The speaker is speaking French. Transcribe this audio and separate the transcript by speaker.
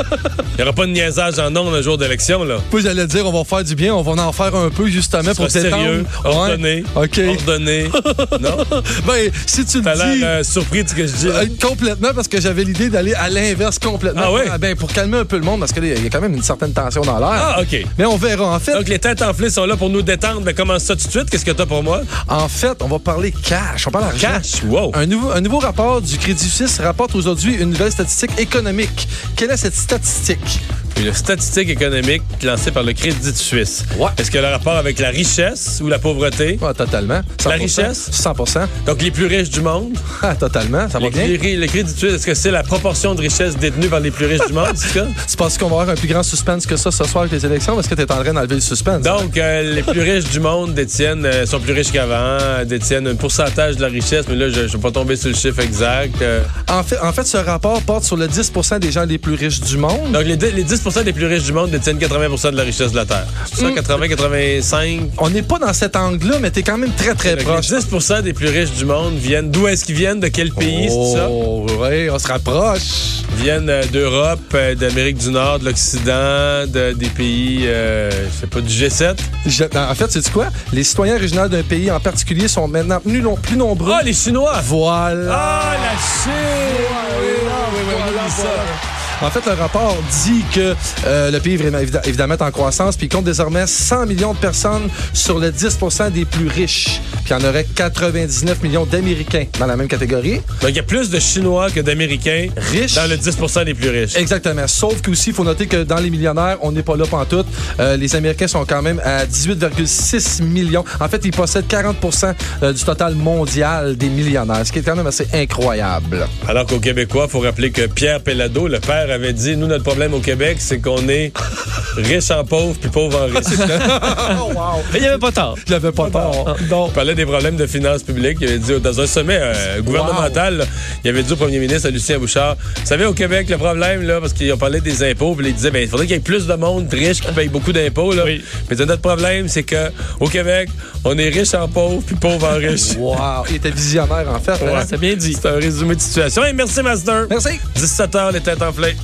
Speaker 1: Il n'y aura pas de niaisage en ondes le jour d'élection, là.
Speaker 2: Peu, j'allais dire, on va faire du bien, on va en faire un peu justement pour
Speaker 1: Sois sérieux,
Speaker 2: détendre.
Speaker 1: ordonné,
Speaker 2: Ouais. OK.
Speaker 1: ordonné. non?
Speaker 2: Ben, si tu
Speaker 1: T'as
Speaker 2: le dis.
Speaker 1: l'air euh, surpris de ce que je dis. là.
Speaker 2: euh, complètement, parce que j'avais l'idée d'aller à l'inverse complètement.
Speaker 1: Ah ouais?
Speaker 2: Ben, pour calmer un peu le monde, parce qu'il y a quand même une certaine tension dans l'air.
Speaker 1: Ah, OK.
Speaker 2: Mais on verra. En fait,
Speaker 1: Donc, les têtes enflées sont là pour nous détendre. Mais commence ça tout de suite. Qu'est-ce que t'as pour moi?
Speaker 2: en fait, on va parler cash. On parle argent.
Speaker 1: Cash. Wow.
Speaker 2: Un nouveau, un nouveau rapport du Crédit Suisse rapporte aujourd'hui une nouvelle statistique économique. Quelle est cette statistique?
Speaker 1: Une statistique économique lancée par le Crédit Suisse.
Speaker 2: Ouais.
Speaker 1: Est-ce qu'elle a rapport avec la richesse ou la pauvreté?
Speaker 2: Ah, totalement. 100%,
Speaker 1: La richesse?
Speaker 2: 100
Speaker 1: Donc, les plus riches du monde?
Speaker 2: Ah, totalement. Ça va
Speaker 1: Les-
Speaker 2: bien.
Speaker 1: les ri- le Crédit Suisse, est-ce que c'est la proportion de richesse détenue par les plus riches du monde? c'est ça?
Speaker 2: Tu penses qu'on va avoir un plus grand suspense que ça ce soir avec les élections? Parce que t'es en train d'enlever le suspense.
Speaker 1: Donc, euh, les plus riches du monde détiennent, euh, sont plus riches qu'avant, euh, détiennent un pourcentage de la richesse, mais là, je ne vais pas tomber sur le chiffre exact. euh.
Speaker 2: En fait, en fait, ce rapport porte sur le 10 des gens les plus riches du monde. Euh,
Speaker 1: donc, les, dix- les 10 des plus riches du monde détiennent 80 de la richesse de la Terre. C'est ça, 80, 85?
Speaker 2: On n'est pas dans cet angle-là, mais t'es quand même très, très
Speaker 1: Donc,
Speaker 2: proche.
Speaker 1: les 10 des plus riches du monde viennent... D'où est-ce qu'ils viennent? De quel pays, c'est ça?
Speaker 2: Oh, ouais, on se rapproche.
Speaker 1: Ils viennent euh, d'Europe, euh, d'Amérique du Nord, de l'Occident, de- des pays, euh, je sais pas, du G7.
Speaker 2: Je- ben, en fait, c'est quoi? Les citoyens originaires d'un pays en particulier sont maintenant plus, no- plus nombreux.
Speaker 1: Ah, les Chinois!
Speaker 2: Voilà.
Speaker 1: Ah, la Chine!
Speaker 2: Voilà, voilà. En fait, le rapport dit que euh, le pays est vraiment- évidemment- évidemment est en croissance, puis il compte désormais 100 millions de personnes sur le 10 des plus riches. Puis il y en aurait 99 millions d'Américains dans la même catégorie.
Speaker 1: Donc, il y a plus de Chinois que d'Américains
Speaker 2: Riches.
Speaker 1: dans le 10 des plus riches.
Speaker 2: Exactement. Sauf qu'aussi, il faut noter que dans les millionnaires, on n'est pas là pantoute. Euh, les Américains sont quand même à 18,6 millions. En fait, ils possèdent 40 euh, du total mondial des millionnaires, ce qui est quand même assez incroyable.
Speaker 1: Alors qu'au Québécois, faut rappeler que Pierre Pellado, le père, avait dit Nous, notre problème au Québec, c'est qu'on est riche en pauvre puis pauvre en riche.
Speaker 2: Oh, wow!
Speaker 3: Mais il n'y avait pas tard.
Speaker 2: Je l'avais pas tort.
Speaker 1: On parlait des problèmes de finances publiques. Il avait dit dans un sommet euh, gouvernemental, là, il avait dit au premier ministre, à Lucien Bouchard Vous savez, au Québec, le problème, là, parce qu'ils ont parlé des impôts, puis ils disaient ben, Il faudrait qu'il y ait plus de monde riche qui paye beaucoup d'impôts. là.
Speaker 3: Oui.
Speaker 1: Mais il disait, notre problème, c'est que au Québec, on est riche en pauvre puis pauvre en riche.
Speaker 2: Wow! Il était visionnaire, en fait. hein?
Speaker 1: Ouais.
Speaker 3: C'est bien dit.
Speaker 1: C'est un résumé de situation. Et merci, Master.
Speaker 2: Merci!
Speaker 1: 17h, les têtes enflées.